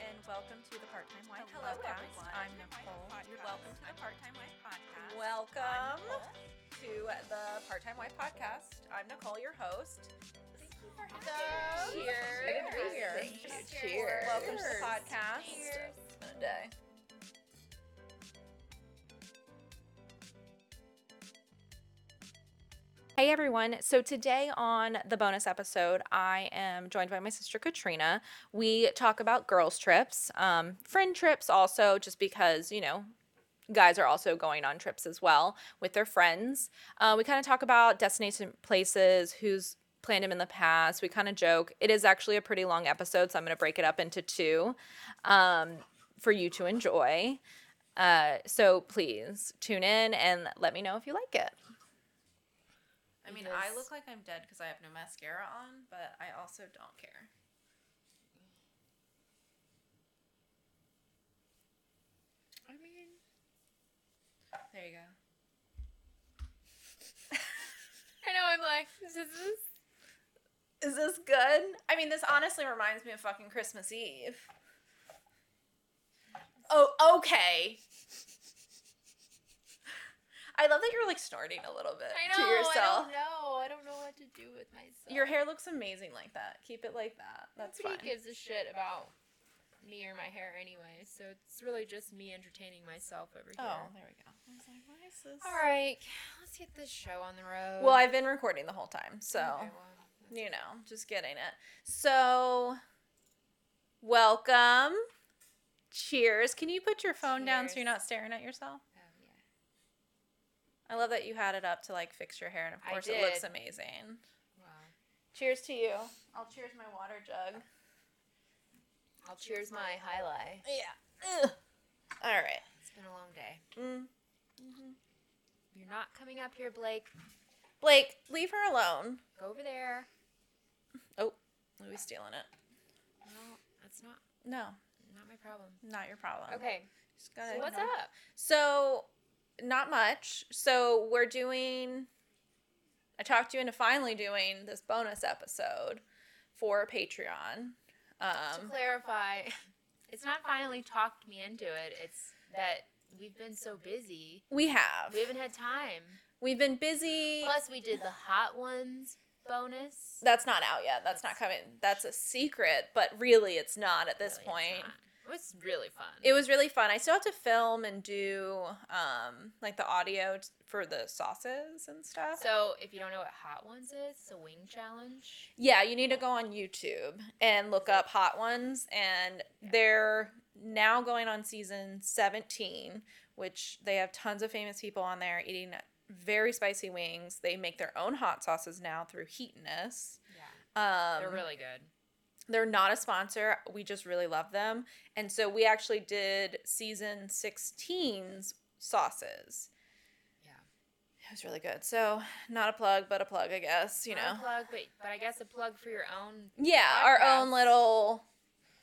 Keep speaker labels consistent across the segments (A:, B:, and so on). A: and welcome to the Part Time Wife
B: Hello,
A: Podcast.
B: everyone.
A: I'm Nicole.
B: Part-Time Wife
A: You're
B: Podcast.
A: welcome to the
B: I'm
A: Part Time Wife Podcast.
B: I'm
A: Welcome
B: Nicole.
A: to the Part Time Wife Podcast. I'm Nicole, your host.
B: Thank you for
A: So-
B: having me.
A: Good to be here.
B: Cheers.
C: Cheers.
A: Welcome to the
C: Cheers.
A: podcast.
B: Cheers.
A: It's been a day. Hey everyone. So today on the bonus episode, I am joined by my sister Katrina. We talk about girls' trips, um, friend trips also, just because, you know, guys are also going on trips as well with their friends. Uh, we kind of talk about destination places, who's planned them in the past. We kind of joke. It is actually a pretty long episode, so I'm going to break it up into two um, for you to enjoy. Uh, so please tune in and let me know if you like it.
C: I mean, I
B: Because-
C: look like I'm dead because I have no mascara on, but I also don't care.
B: I mean,
C: There you go.
B: I know I'm like, this is this.
C: Is this good? I mean, this honestly reminds me of fucking Christmas Eve. Oh, okay. I love that you're like snorting a little bit
B: I know.
C: to yourself.
B: I don't know. I don't know what to do with myself.
C: Your hair looks amazing like that. Keep it like that. That's
B: Nobody
C: fine.
B: gives a shit about me or my hair anyway, so it's really just me entertaining myself over here.
C: Oh, there we go. I was like, why is this?
B: All right, let's get this show on the road.
C: Well, I've been recording the whole time, so.
B: Okay, well, that's-
C: you know, just getting it. So, welcome. Cheers. Can you put your phone down so you're
B: Cheers.
C: not staring at yourself?
B: oh, yeah.
C: I love that you had it up to like fix your hair, and of
B: I
C: course, it looks
B: did.
C: amazing.
B: Wow.
C: Cheers to you. I'll cheers my water jug.
B: I'll cheers my highlight.
C: Yeah. Ugh. All right.
B: It's been a long day.
C: Mm.
B: You're not coming up here, Blake.
C: Blake, leave her alone.
B: Go over there.
C: Louis stealing it.
B: No, that's not
C: No,
B: not my problem.
C: not your problem.
B: Okay,
C: Just
B: so
C: gotta-
B: what's up?
C: So, not much. So, we're doing, I talked you into finally doing this bonus episode for Patreon.
B: to
C: Um,
B: clarify, it's not finally talked me into it. It's that we've been so busy,
C: we have.
B: we haven't had time.
C: We've been busy.
B: Plus, we did the hot ones bonus.
C: That's not out yet. That's not coming. That's a secret, but really, it's not at this
B: Really, it's
C: point.
B: not. it was really fun.
C: It was really fun. I still have to film and do um, like the audio t- for the sauces and stuff.
B: so, if you don't know what hot ones is, it's a wing challenge.
C: Yeah, you need to go on YouTube and look up Hot Ones, and they're now going on season 17, which they have tons of famous people on there eating very spicy wings. They make their own hot sauces now through Heatness.
B: Yeah,
C: Um,
B: they're really good.
C: they're not a sponsor. We just really love them. And so we actually did season 16's sauces.
B: Yeah.
C: It was really good. So, not a plug, but a plug, I guess, you
B: Not a
C: know.
B: plug, but but I guess a plug for your own
C: Yeah, our own
B: Podcast.
C: little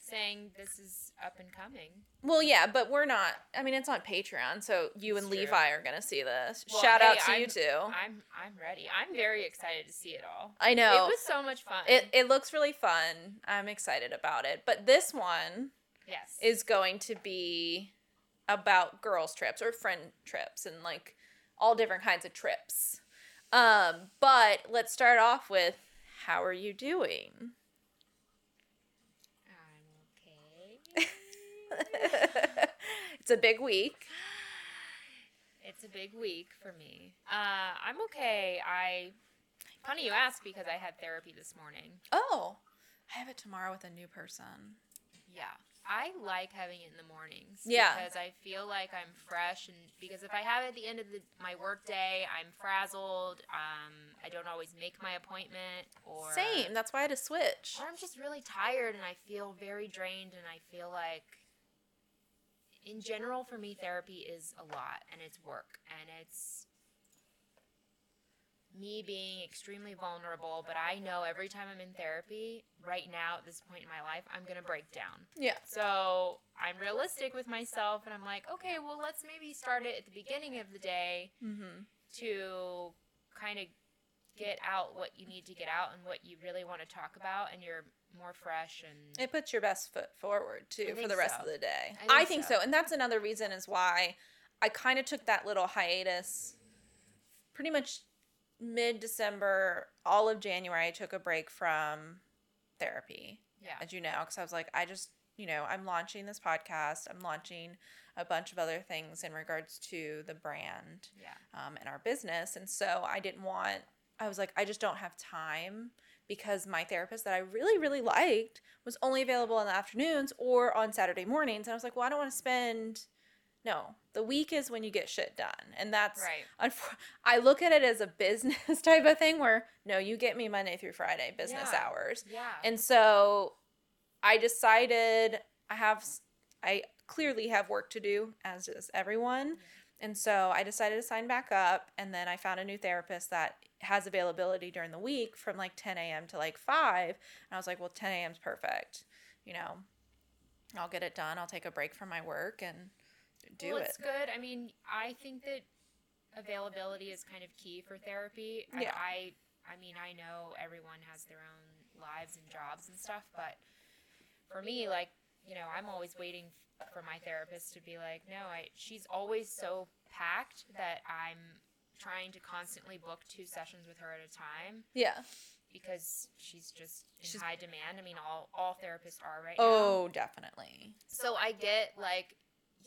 B: saying this is up and coming.
C: Well, yeah, but we're not. I mean, it's on Patreon, so you
B: That's
C: and
B: true.
C: Levi are gonna see this.
B: Well,
C: Shout out
B: hey,
C: to you
B: I'm-
C: two.
B: I'm I'm ready. I'm very excited to see it all.
C: I
B: It
C: know
B: was so much fun.
C: it. It looks really fun. I'm excited about it. But this one
B: yes
C: is going to be about girls' trips or friend trips and like all different kinds of trips. Um, but let's start off with how are you doing?
B: I'm okay.
C: it's a big week.
B: it's a big week for me. Uh, I'm okay. I funny you ask because I had therapy this morning.
C: Oh, I have it tomorrow with a new person.
B: Yeah. I like having it in the mornings.
C: Yeah.
B: Because I feel like I'm fresh, and because if I have it at the end of the, my work day, I'm frazzled. Um, I don't always make my appointment, or
C: Same. That's why I had to switch.
B: or I'm just really tired and I feel very drained and I feel like in general for me therapy is a lot and it's work and it's me being extremely vulnerable but I know every time I'm in therapy right now at this point in my life I'm going to break down.
C: Yeah.
B: So, I'm realistic with myself and I'm like, okay, well let's Mm-hmm. maybe start it at the beginning of the day
C: Mm-hmm.
B: to kind of get out what you need to get out and what you really want to talk about, and you're more fresh and
C: It puts your best foot forward too for
B: think
C: the rest
B: so.
C: of the day. I
B: I
C: think,
B: think
C: so.
B: so.
C: And that's another reason is why I kind of took that little hiatus pretty much mid December, all of January. I took a break from therapy,
B: yeah.
C: as you know, because I was like, I just, you know, I'm launching this podcast, I'm launching a bunch of other things in regards to the brand
B: Yeah.
C: um, in our business. And so I didn't want, I was like, I just don't have time because my therapist that I really, really liked was only available in the afternoons or on Saturday mornings. And I was like, well, I don't want to spend, no, the week is when you get shit done. And that's,
B: Right.
C: unfor- I look at it as a business type of thing where, no, you get me Monday through Friday business
B: Yeah.
C: hours.
B: Yeah.
C: And so I decided I have I clearly have work to do as does everyone.
B: Mm-hmm.
C: And so I decided to sign back up and then I found a new therapist that has availability during the week from like 10 a.m. to like 5. And I was like, well, 10 a.m. is perfect. You know, I'll get it done. I'll take a break from my work and do
B: well,
C: it.
B: it's good. I mean, I think that availability is kind of key for therapy. And
C: Yeah.
B: I I mean, I know everyone has their own lives and jobs and stuff, but for me, like, you know, I'm always waiting f- for my therapist to be like, "No, I she's always so packed that I'm trying to constantly book two sessions with her at a time
C: Yeah.
B: because she's just in
C: She's-
B: high demand. I mean, all all therapists are right now.
C: Oh, definitely.
B: So I get like,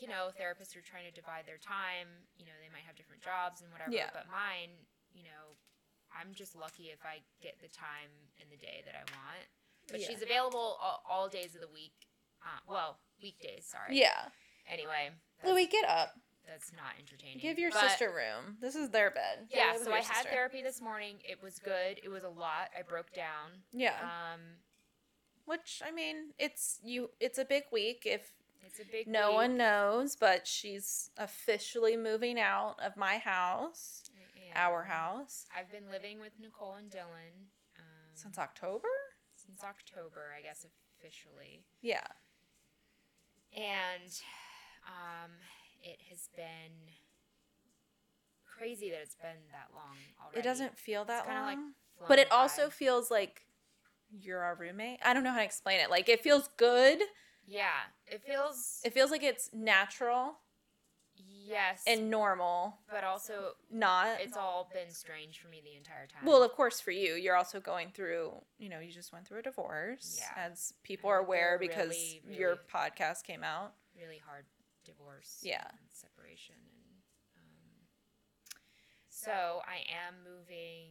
B: you know, therapists are trying to divide their time. You know, they might have different jobs and whatever.
C: Yeah.
B: But mine, you know, I'm just lucky if I get the time in the day that I want. But
C: Yeah.
B: she's available all, all days of the week. Uh, well, weekdays. Sorry.
C: Yeah.
B: Anyway, that's,
C: Louie, get up.
B: that's not entertaining.
C: Give your
B: But-
C: sister room. This is their bed. Get
B: Yeah.
C: away with
B: So
C: your
B: I had
C: sister.
B: therapy this morning. It was good. It was a lot. I broke down.
C: Yeah.
B: Um,
C: which I mean, it's you. It's a big week. If
B: it's a big.
C: no
B: week.
C: one knows, but she's officially moving out of my house,
B: Yeah.
C: our house,
B: I've been living with Nicole and Dylan um,
C: since October.
B: since October, I guess officially,
C: Yeah,
B: and um, it has been crazy that it's been that long already.
C: it doesn't feel that
B: kinda
C: long,
B: like
C: but
B: flown
C: it also
B: by.
C: feels like you're our roommate. I don't know how to explain it. Like it feels good.
B: yeah, it feels
C: It feels like it's natural
B: yes,
C: and normal,
B: but also
C: not.
B: it's all been strange for me the entire time.
C: well, of course, for you, you're also going through, you know, you just went through a divorce,
B: Yeah.
C: as people are
B: went through a
C: aware because
B: really, really-
C: your podcast came out.
B: really hard divorce
C: Yeah.
B: and separation and um, so i am moving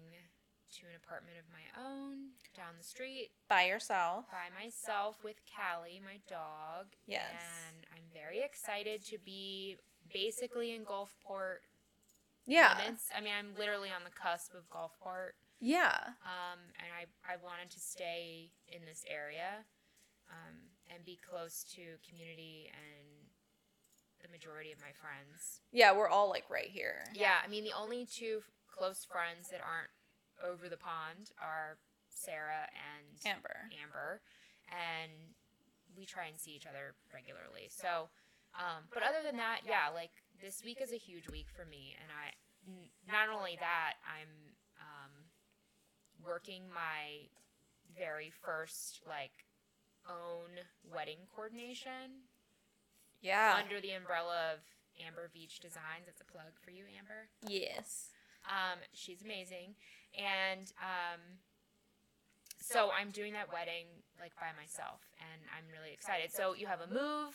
B: to an apartment of my own down the street
C: by yourself.
B: by myself with callie my dog
C: Yes.
B: and i'm very excited to be basically in gulfport
C: Yeah.
B: limits. i mean i'm literally on the cusp of gulfport
C: Yeah.
B: um, and I, I wanted to stay in this area um, and be close to community and the majority of my friends.
C: Yeah, we're all like right here.
B: Yeah, I mean, the only two f- close friends that aren't over the pond are Sarah and
C: Amber.
B: Amber, and we try and see each other regularly. So, um, but other than that, yeah, like this week is a huge week for me, and I n- not only that I'm um, working my very first like own wedding coordination
C: Yeah.
B: under the umbrella of Amber Beach Designs. It's a plug for you, Amber.
C: Yes.
B: Um, she's amazing. And um, so I'm doing that wedding like by myself, and I'm really excited. So you have a move,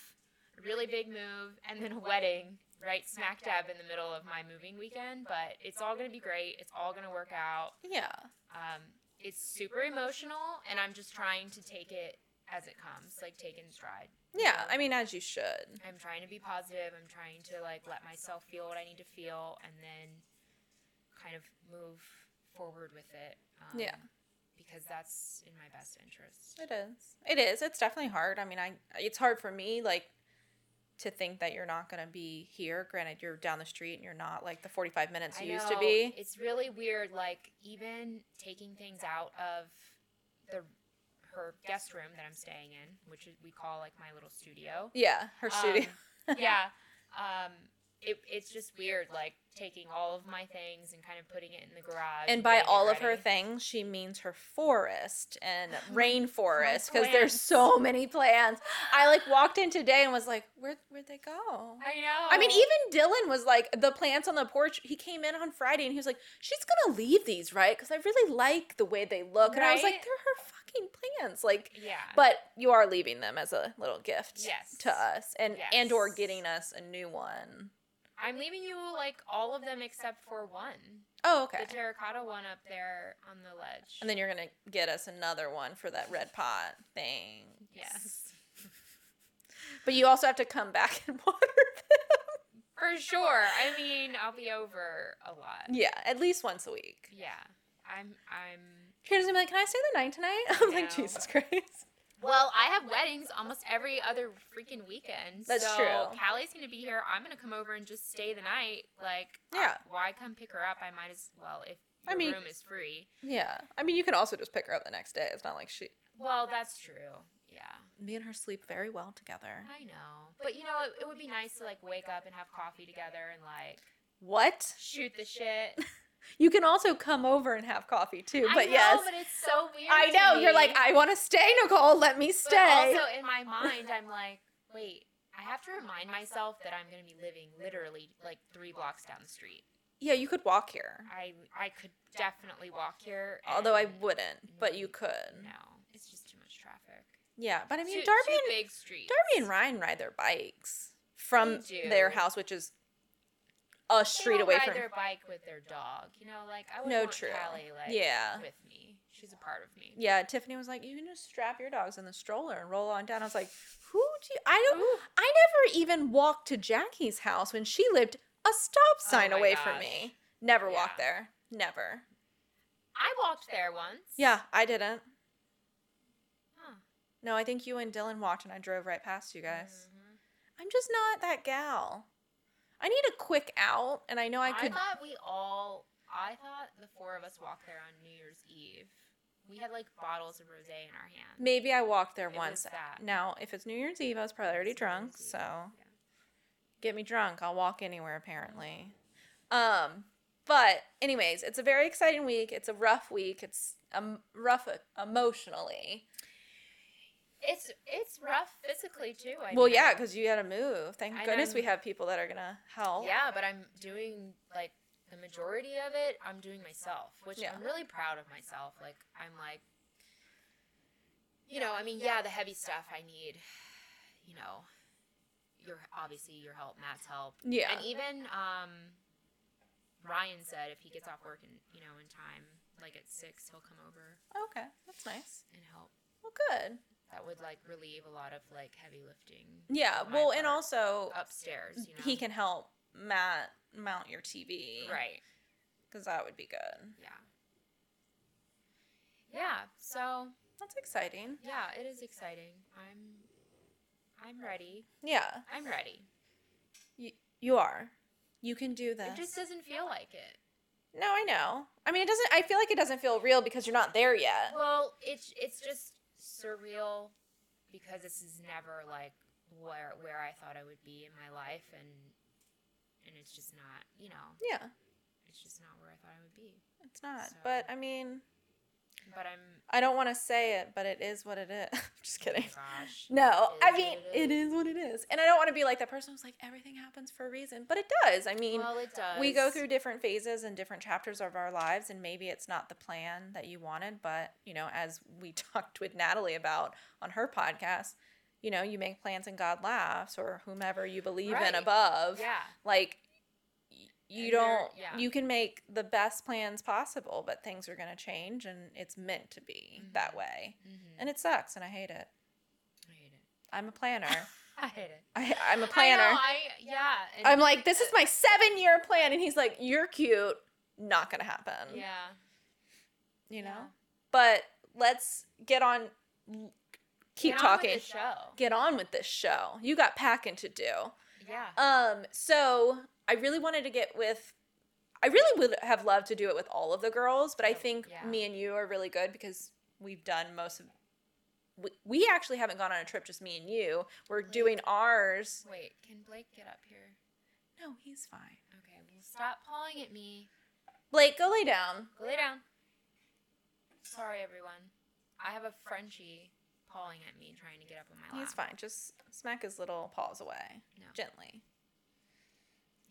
B: a really big move, and then a wedding right smack dab in the middle of my moving weekend. But it's all gonna be great. It's all gonna work out.
C: Yeah.
B: Um, it's super emotional, and I'm just trying to take it as it comes, like take it in stride.
C: Yeah. I mean, as you should.
B: I'm trying to be positive. I'm trying to like let myself feel what I need to feel, and then kind of move forward with it. Um,
C: Yeah.
B: because that's in my best interest.
C: It is. It is. It's definitely hard. I mean, I it's hard for me like to think that you're not going to be here. Granted, you're down the street and you're not like the 45 minutes
B: I
C: you used to
B: know,
C: be.
B: It's really weird. Like even taking things out of the her guest room that I'm staying in, which is- we call like my little studio.
C: Yeah, her studio.
B: Um, yeah. Um, it, it's just weird, like taking all of my things and kind of putting it in the garage.
C: And by
B: getting it
C: all of her
B: ready.
C: things, she means her forest and rainforest
B: my
C: because there's
B: plants.
C: so many plants. I like walked in today and was like, where where'd they go?
B: I know.
C: I mean, even Dylan was like, the plants on the porch. He came in on Friday and he was like, she's gonna leave these, right? Because I really like the way they look. And I was like,
B: Right?
C: they're her fucking plants. Like,
B: yeah,
C: but you are leaving them as a little gift
B: Yes.
C: to us, and and or
B: Yes.
C: getting us a new one.
B: I'm leaving you like all of them except for one,
C: Oh, okay.
B: the terracotta one up there on the ledge.
C: And then you're gonna get us another one for that red pot thing.
B: yes,
C: But you also have to come back and water
B: for sure. I mean, I'll be over a lot.
C: them. Yeah, at least once a week.
B: Yeah, I'm. I'm.
C: Karen's gonna be like, "Can I stay the night tonight?" I'm like,
B: know.
C: "Jesus Christ."
B: Well, I have weddings almost every other freaking weekend.
C: That's
B: so
C: true.
B: Callie's gonna be here. I'm gonna come over and just stay the night. Like, I-
C: Yeah.
B: why come pick her up? I might as well if
C: I
B: your
C: mean-
B: room is free.
C: Yeah, I mean, you can also just pick her up the next day. It's not like she.
B: Well, that's true. Yeah.
C: Me and her sleep very well together.
B: I know. But you know, it, it would be nice to like wake up and have coffee together and like
C: What?
B: shoot the shit.
C: You can also come over and have coffee too.
B: I
C: But
B: know,
C: yes,
B: but it's so weird.
C: I
B: to
C: know. You're like,
B: me.
C: I want to stay, Nicole. Let me
B: But
C: stay.
B: also in my mind, I'm like, wait, I have to remind myself that I'm gonna be living literally like three blocks down the street.
C: yeah, you could walk here.
B: I I could definitely walk here.
C: Although I
B: and
C: wouldn't, but you could.
B: No, it's just too much traffic.
C: Yeah, but I mean,
B: Two-
C: Darby
B: two
C: and
B: big streets.
C: Darby and Ryan ride their bikes from
B: They do.
C: their house, which is a
B: They
C: street
B: don't
C: away
B: ride
C: from.
B: their bike with their dog. You know, like I would
C: No,
B: want
C: true.
B: Callie, like,
C: Yeah.
B: with me. She's a part of me.
C: Yeah, Tiffany was like, "You can just strap your dogs in the stroller and roll on down." I was like, "Who do you, I don't?
B: Ooh.
C: I never even walked to Jackie's house when she lived a stop sign
B: Oh my
C: away from
B: gosh.
C: me. Never walked
B: Yeah.
C: there. Never.
B: I walked there once.
C: Yeah, I didn't.
B: Huh.
C: No, I think you and Dylan walked, and I drove right past you guys.
B: Mhm.
C: I'm just not that gal. I need a quick out, and I know I
B: I,
C: could.
B: thought we all. I thought the four of us walked there on New Year's Eve. We had like bottles of rosé in our hands.
C: Maybe I walked there
B: It was
C: once.
B: that.
C: Now, if it's New Year's Eve, I was probably already
B: It's New Year's
C: drunk.
B: Eve.
C: So
B: Yeah.
C: get me drunk. I'll walk anywhere, apparently. Um, but anyways, it's a very exciting week. It's a rough week. It's um rough emotionally.
B: It's it's rough physically too. I
C: well,
B: know.
C: yeah, because you got to move. Thank
B: And
C: goodness we
B: I'm-
C: have people that are gonna help.
B: Yeah, but I'm doing like the majority of it. I'm doing myself, which
C: Yeah.
B: I'm really proud of myself. Like I'm like, you know, I mean, yeah, the heavy stuff I need, you know, your obviously your help, Matt's help,
C: Yeah.
B: and even um, Ryan said if he gets off work and you know in time, like at six, he'll come over
C: okay, that's nice.
B: and help.
C: Well, good.
B: That would like relieve a lot of like heavy lifting
C: Yeah.
B: on my
C: Well, and
B: part
C: also
B: upstairs. You know,
C: he can help Matt mount your TV.
B: right.
C: Because that would be good.
B: Yeah. Yeah. So
C: That's exciting.
B: yeah, it is exciting. I'm I'm ready.
C: Yeah,
B: I'm ready.
C: you are. You can do this.
B: It just doesn't feel like it.
C: no, I know. I mean, it doesn't. I feel like it doesn't feel real because you're not there yet.
B: Well, it's it's just surreal because this is never like where where I thought I would be in my life and and it's just not, you know,
C: Yeah,
B: it's just not where I thought I would be.
C: it's not.
B: So-
C: But I mean,
B: But I'm
C: I don't want to say it, but it is what it is. just kidding.
B: oh gosh.
C: No,
B: it is
C: I
B: what
C: mean,
B: it
C: it is what it is. And I don't want to be like that person who's like, everything happens for a reason. But it does. I mean,
B: well, it does.
C: we go through different phases and different chapters of our lives and maybe it's not the plan that you wanted but you know as we talked with natalie about on her podcast you know you make plans and god laughs or whomever you believe in
B: Right.
C: above
B: Yeah.
C: like y- you
B: And they're-
C: don't
B: yeah.
C: you can make the best plans possible but things are going to change and it's meant to be that way
B: Mm-hmm.
C: and it sucks and i hate it
B: I hate it.
C: i'm a planner
B: I hate it.
C: I, i'm a
B: I
C: planner
B: know, I, yeah. and-
C: i'm like this is my seven year plan and he's like you're cute not going to happen
B: Yeah.
C: you know
B: Yeah.
C: but let's get on l- keep
B: Get on with
C: talking
B: the show.
C: get on with this show you got packing to do
B: Yeah.
C: um so i really wanted to get with i really would have loved to do it with all of the girls but i
B: Yeah.
C: think
B: Yeah.
C: me and you are really good because we've done most of we, we actually haven't gone on a trip just me and you we're doing ours
B: Wait, can Blake get up here?
C: No, he's fine.
B: Okay, well, stop pawing at me.
C: Blake, go lay down.
B: Go lay down. Sorry, everyone. I have a Frenchie pawing at me, trying to get up on my lap.
C: He's fine. Just smack his little paws away
B: No.
C: gently.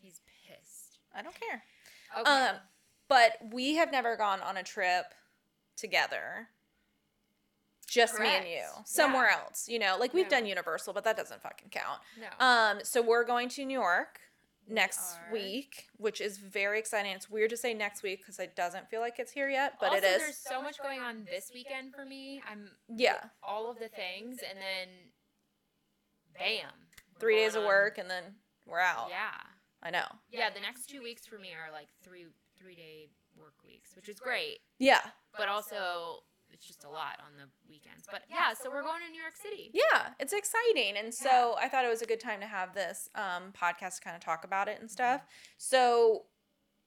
B: He's pissed.
C: I don't care.
B: Okay.
C: Um, but we have never gone on a trip together. Just me and you.
B: Correct. Yeah.
C: Somewhere else, you know. Like we've
B: No.
C: done Universal, but that doesn't fucking count.
B: no.
C: Um, so we're going to New York
B: We
C: next
B: are.
C: week, which is very exciting. It's weird to say next week because it doesn't feel like it's here yet, but
B: also,
C: it is.
B: There's so much going on this weekend for me. I'm
C: yeah,
B: all of the things, and then, bam. we're
C: three days
B: going
C: of
B: on-
C: work and then we're out.
B: Yeah.
C: I know.
B: Yeah, the next two weeks for me are like three three day work weeks, which is great,
C: Yeah,
B: but also it's just a lot on the weekends. But yeah, so we're going to New York City.
C: yeah, it's exciting, and so I thought it was a good time to have this um, podcast to kind of talk about it and
B: Mm-hmm.
C: stuff. So,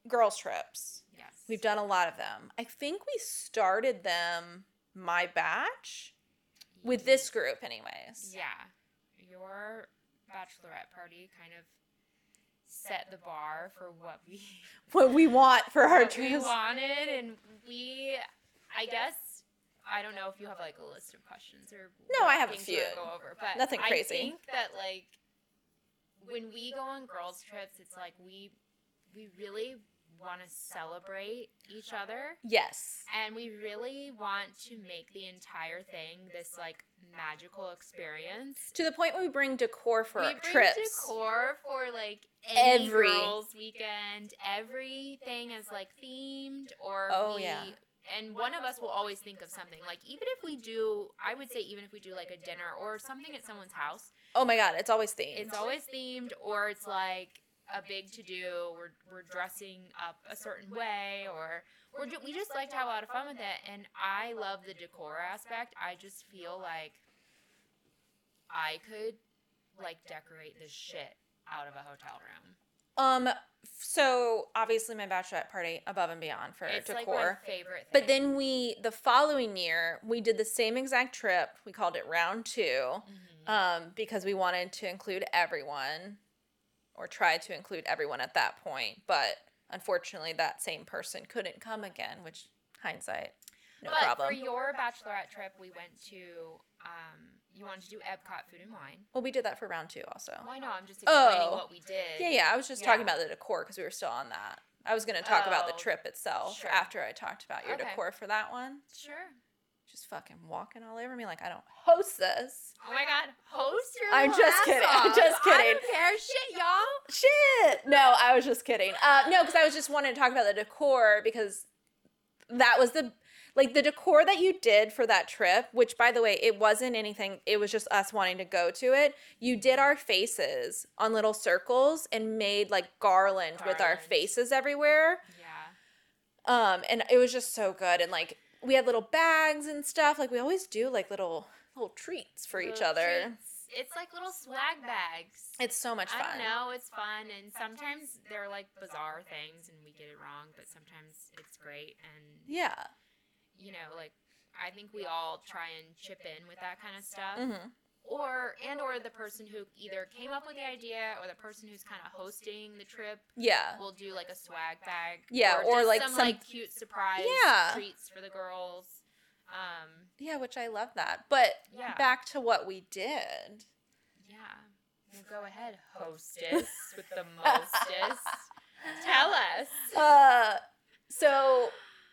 C: girls trips,
B: Yes,
C: we've done a lot of them. I think we started them my batch with this group, anyways.
B: Yeah, your bachelorette party kind of set the bar for what we
C: What we want for our
B: what we
C: trips.
B: wanted, and we, I guess. I don't know if you have like a list of questions or
C: No,
B: what
C: I have a
B: things you wanna
C: few.
B: Go over, but
C: Nothing crazy.
B: I think that like when we go on girls trips, it's like we we really want to celebrate each other,
C: Yes.
B: and we really want to make the entire thing this like magical experience.
C: To the point where we bring decor for
B: we
C: our
B: bring
C: trips.
B: decor for like any
C: Every-
B: girls weekend. Everything is like themed or
C: Oh,
B: we,
C: yeah.
B: And one of us will always think of something. Like even if we do, I would say even if we do like a dinner or something at someone's house,
C: Oh my god, it's always themed.
B: it's always themed or it's like a big to do we're, we're dressing up a certain way or we're ju- we just like to have a lot of fun with it and i love the decor aspect i just feel like i could like decorate the shit out of a hotel room
C: um so obviously my bachelorette party above and beyond for
B: it's like
C: decor.
B: my favorite thing.
C: but then we the following year we did the same exact trip. We called it round 2
B: Mhm.
C: um because we wanted to include everyone or try to include everyone at that point, but unfortunately that same person couldn't come again, which hindsight no
B: but
C: problem.
B: for your bachelorette trip we went to um you wanted to do epcot food and wine
C: well, we did that for round 2 also.
B: why Oh, no i'm just explaining
C: Oh.
B: what we did
C: Yeah, yeah. I was just talking
B: Yeah.
C: about the decor because we were still on that. I was going to talk about the
B: Oh,
C: trip itself
B: sure.
C: after I talked about your
B: Okay.
C: decor for that one.
B: sure
C: Just fucking walking all over me like I don't host this.
B: Oh my god, host your
C: I'm
B: little
C: just
B: ass
C: kidding. I'm
B: off.
C: just
B: I
C: kidding.
B: don't care shit, y'all.
C: Shit. No, I was just kidding. Uh, no, because I was just wanting to talk about the decor because that was the like the decor that you did for that trip. Which, by the way, it wasn't anything. It was just us wanting to go to it. You did our faces on little circles and made like garland, with our
B: Garland.
C: faces everywhere.
B: Yeah.
C: Um, and it was just so good. And like we had little bags and stuff. Like we always do, like little little treats for each other.
B: It's like little swag bags.
C: It's so much fun.
B: I don't know, it's fun and sometimes they're like bizarre things and we get it wrong, but sometimes it's great and
C: Yeah.
B: you know, like I think we all try and chip in with that kind of stuff.
C: Mm-hmm.
B: Or and or the person who either came up with the idea or the person who's kind of hosting the trip
C: Yeah.
B: we'll do like a swag bag.
C: Yeah, or,
B: just
C: like,
B: some,
C: some-
B: like cute surprise
C: Yeah.
B: treats for the girls. Um,
C: Yeah, which I love that. But
B: Yeah.
C: back to what we did.
B: yeah. Well, go ahead, hostess with the mostest. Tell us.
C: Uh, so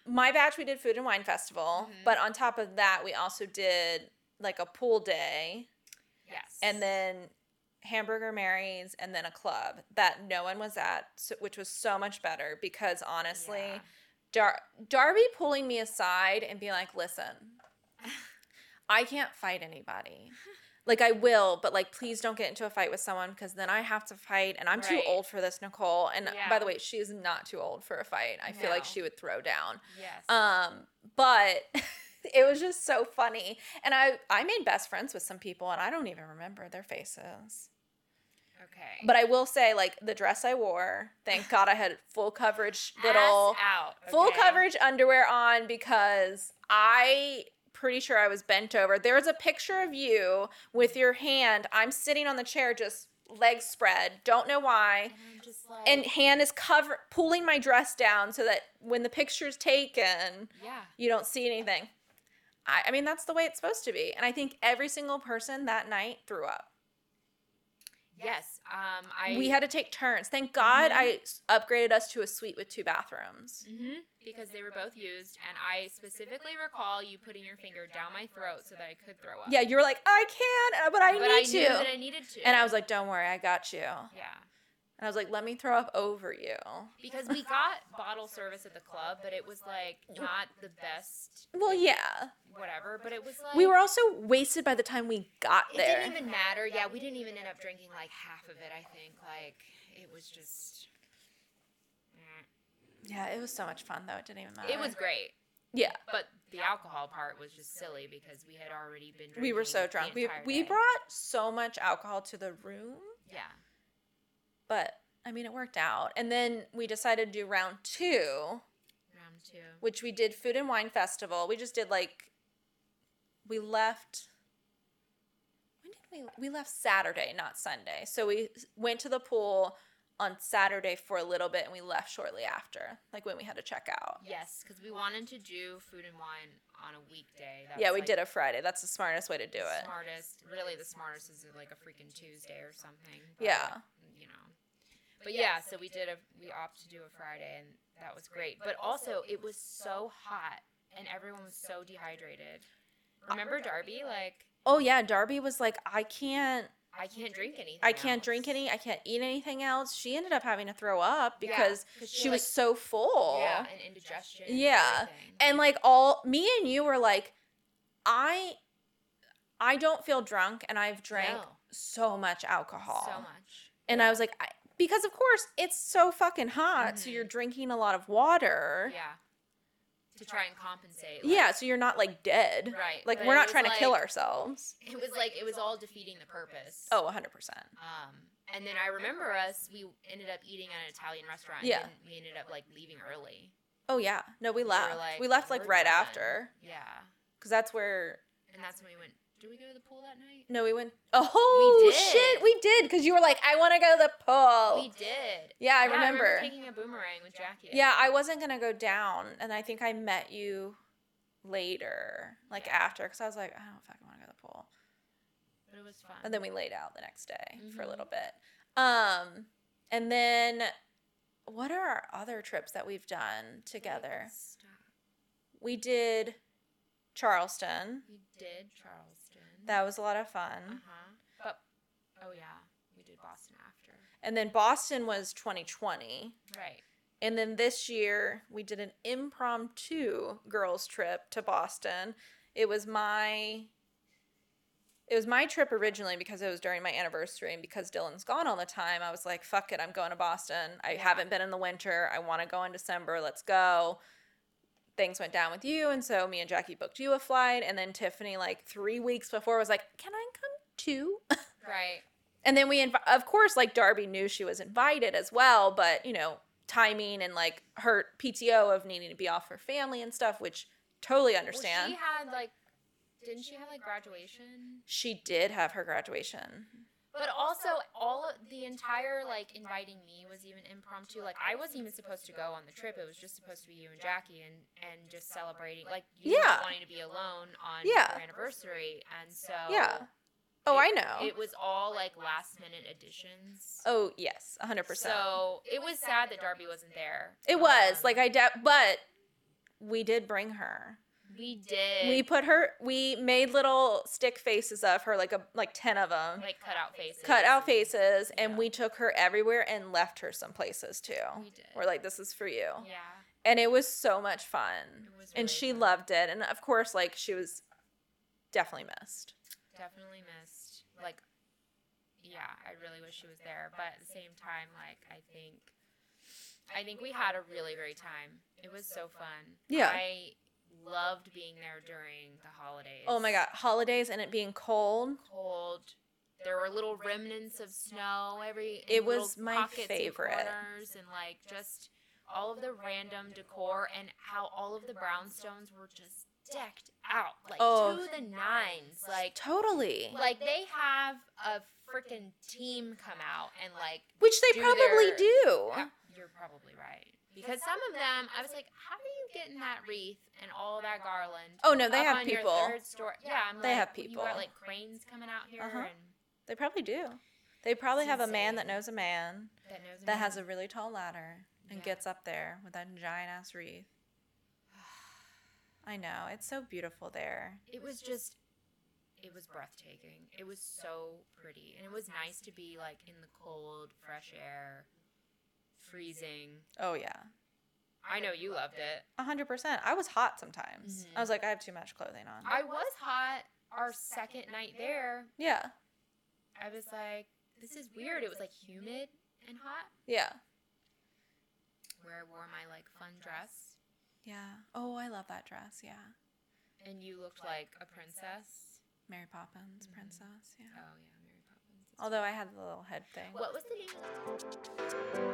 C: my batch we did food and wine festival,
B: Mhm.
C: but on top of that we also did like a pool day
B: Yes.
C: and then hamburger marys and then a club that no one was at so, which was so much better because honestly
B: Yeah.
C: Dar- Darby pulling me aside and being like, listen, I can't fight anybody. Like, I will, but like, please don't get into a fight with someone because then I have to fight and I'm too
B: Right.
C: old for this, Nicole. And uh, by
B: Yeah.
C: the way, she is not too old for a fight. I feel like
B: No.
C: she would throw down.
B: Yes.
C: Um, but it was just so funny. And I, I made best friends with some people and I don't even remember their faces.
B: okay.
C: But I will say, like, the dress I wore, thank God I had full coverage
B: Ass
C: little
B: out.
C: full
B: okay?
C: coverage underwear on because I pretty sure I was bent over. There was a picture of you with your hand. I'm sitting on the chair, just legs spread. Don't know why.
B: And I'm just like
C: and Han is cover pulling my dress down so that when the picture's taken,
B: yeah.
C: you don't see anything. I, I mean, that's the way it's supposed to be. And I think every single person that night threw up.
B: Yes. Um I Mm-hmm.
C: we had to take turns. Thank God I s I upgraded us to a suite with two bathrooms.
B: hmm because they were both used and I specifically recall you putting your finger down my throat so that I could throw up.
C: Yeah, you were like, I can, uh, but I
B: But
C: need
B: I
C: to.
B: knew that I needed to.
C: and I was like, don't worry, I got you.
B: Yeah.
C: And I was like, let me throw up over you.
B: Because we got bottle service at the club, but it was like not the best
C: Well, yeah.
B: whatever, but it was like
C: We were also wasted by the time we got
B: it
C: there.
B: didn't even matter. Yeah, we didn't even end up drinking like half of it, I think. Like it was just
C: yeah, it was so much fun, though. It didn't even matter.
B: it was great.
C: Yeah.
B: But the alcohol part was just silly because we had already been drinking.
C: We were so
B: the
C: drunk. We,
B: entire
C: we
B: day.
C: brought so much alcohol to the room,
B: Yeah.
C: but I mean, it worked out. And then we decided to do round two,
B: Round two.
C: which we did Food and Wine Festival. We just did like, we left. When did we? We left Saturday, not Sunday. So we s- went to the pool on Saturday for a little bit and we left shortly after, like when we had to check out.
B: Yes, because we wanted to do food and wine on a weekday. That's
C: yeah, we
B: like
C: did a Friday. That's the smartest way to do it.
B: Smartest, really the smartest is like a freaking Tuesday or something. but,
C: Yeah.
B: You know. But yeah, so we did a we opted to do a Friday and that was great. But also it was so hot and everyone was so dehydrated. Remember Darby? Like
C: Oh yeah, Darby was like, I can't
B: I can't drink anything.
C: I can't drink
B: else.
C: any. I can't eat anything else. She ended up having to throw up
B: Yeah,
C: because
B: 'cause
C: she
B: had,
C: was so full.
B: like, yeah, and indigestion. and
C: Yeah.
B: everything.
C: And like all me and you were like, I I don't feel drunk and I've drank
B: No.
C: so much alcohol.
B: so much.
C: And I was like, I, because of course it's so fucking hot, so
B: Mhm.
C: you're drinking a lot of water.
B: Yeah. To try and compensate. like,
C: Yeah, so you're not like dead.
B: Right.
C: Like
B: but
C: we're
B: it
C: not
B: was
C: trying to kill
B: like-
C: ourselves.
B: It was like it was all defeating the purpose.
C: Oh, 100%.
B: Um, and then I remember us. We ended up eating at an Italian restaurant. and
C: Yeah.
B: didn't- we ended up like leaving early.
C: Oh yeah. No, we
B: were
C: left. we left like
B: "We're
C: right
B: done."
C: after
B: Yeah.
C: cuz that's where
B: And that's when we went. Did we go to the pool that night?
C: No, we went. Oh
B: We did.
C: shit, we did because you were like, I want to go to the pool.
B: We did.
C: yeah, Oh. I
B: Yeah,
C: remember.
B: taking a boomerang with Jackie.
C: yeah, I wasn't gonna go down, and I think I met you later, like
B: Yeah.
C: after, because I was like, I don't fucking want to go to the pool.
B: But it was fun.
C: And then we laid out the next day for a
B: Mhm.
C: little bit. Um, and then what are our other trips that we've done together?
B: Stop.
C: We did Charleston.
B: We did Charleston.
C: That was a lot of
B: Uh
C: fun.
B: huh. But oh yeah, we did Boston after.
C: And then Boston was 2020.
B: Right.
C: And then this year we did an impromptu girls trip to Boston. It was my it was my trip originally because it was during my anniversary and because Dylan's gone all the time, I was like, fuck it, I'm going to Boston. I
B: Yeah.
C: haven't been in the winter. I want to go in December. Let's go. Things went down with you and so me and Jackie booked you a flight and then Tiffany like 3 weeks before was like, "Can I come too?"
B: Right.
C: And then we, inv- of course, like Darby knew she was invited as well, but you know, timing and like her PTO of needing to be off her family and stuff, which totally understand.
B: Well, she had like, didn't she have like graduation?
C: she, did have her graduation.
B: But also, all of the entire like inviting me was even impromptu. Like I wasn't even supposed to go on the trip. It was just supposed to be you and Jackie, and and just celebrating, like you not
C: Yeah.
B: wanting to be alone on
C: Yeah.
B: your anniversary. And so
C: Yeah. Oh, I know.
B: it was all like last minute additions.
C: oh, yes, 100%.
B: So it was sad that Darby wasn't there.
C: it was
B: Um,
C: like I doubt, but we did bring her.
B: we did.
C: We put her, we made little stick faces of her, like a like 10 of them,
B: like cut out faces.
C: cut out faces, and
B: Yeah.
C: we took her everywhere and left her some places too.
B: We did.
C: We're like, this is for you.
B: yeah.
C: and it was so much fun
B: It was
C: and
B: really
C: she
B: fun.
C: loved it and of course like she was definitely missed
B: definitely missed. Like, yeah, I really wish she was there, but at the same time, like, I think, I think we had a really great time. It was so fun.
C: Yeah.
B: I loved being there during the holidays.
C: oh my god holidays and it being cold
B: Cold. There were little remnants of snow every.
C: It
B: in little
C: was my
B: pockets and
C: favorite.
B: corners and like just all of the random decor and how all of the brownstones were just decked out, like
C: Oh.
B: to the nines. Like,
C: Totally.
B: like they have a freaking team come out and like
C: Which they
B: do
C: probably
B: their-
C: do.
B: Yeah, You're probably right. Because some of them, I was like, how are you getting that wreath and all that garland?
C: Oh no, they have
B: up on your
C: people.
B: third story? Yeah, I'm
C: They
B: like,
C: have
B: You got
C: people.
B: like cranes coming out here
C: Uh-huh.
B: and
C: They probably do. They probably
B: It's
C: have a man that
B: insane.
C: knows a man
B: that knows
C: that has
B: about-
C: a really tall ladder and
B: Yeah.
C: gets up there with that giant ass wreath. I know. It's so beautiful there.
B: It was just, it was breathtaking. It was so pretty, and it was nice to be like in the cold, fresh air, freezing.
C: Oh yeah.
B: I know you loved it.
C: A hundred percent. I was hot sometimes.
B: Mhm.
C: I was like, I have too much clothing on.
B: I was hot. Our second night there,
C: Yeah.
B: I was like, this is weird. It was like humid and hot.
C: Yeah.
B: where I wore my like fun dress,
C: Yeah. Oh, I love that dress. Yeah.
B: and you looked like a princess.
C: Mary Poppins, princess. Yeah.
B: Oh yeah, Mary Poppins.
C: Although I had the little head thing.
B: What was the name?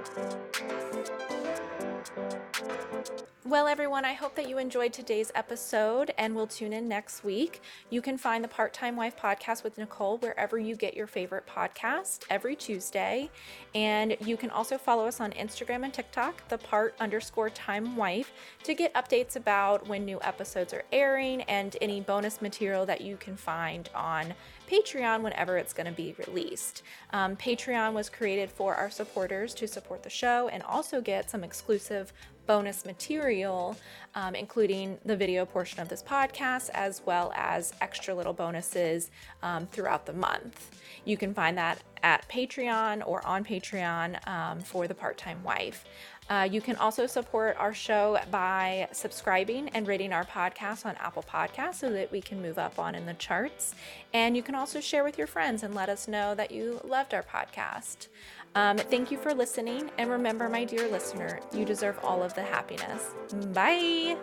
C: Well, everyone, I hope that you enjoyed today's episode and we'll tune in next week. You can find the Part Time Wife podcast with Nicole wherever you get your favorite podcast every Tuesday. And you can also follow us on Instagram and TikTok, the part underscore time wife, to get updates about when new episodes are airing and any bonus material that you can find on Patreon whenever it's going to be released. Um, Patreon was created for our supporters to support the show and also get some exclusive bonus material, um, including the video portion of this podcast, as well as extra little bonuses um, throughout the month. You can find that at Patreon or on Patreon um, for the part time wife. Uh, you can also support our show by subscribing and rating our podcast on Apple Podcasts so that we can move up on in the charts. And you can also share with your friends and let us know that you loved our podcast. Um, thank you for listening. And remember, my dear listener, you deserve all of the happiness. Bye.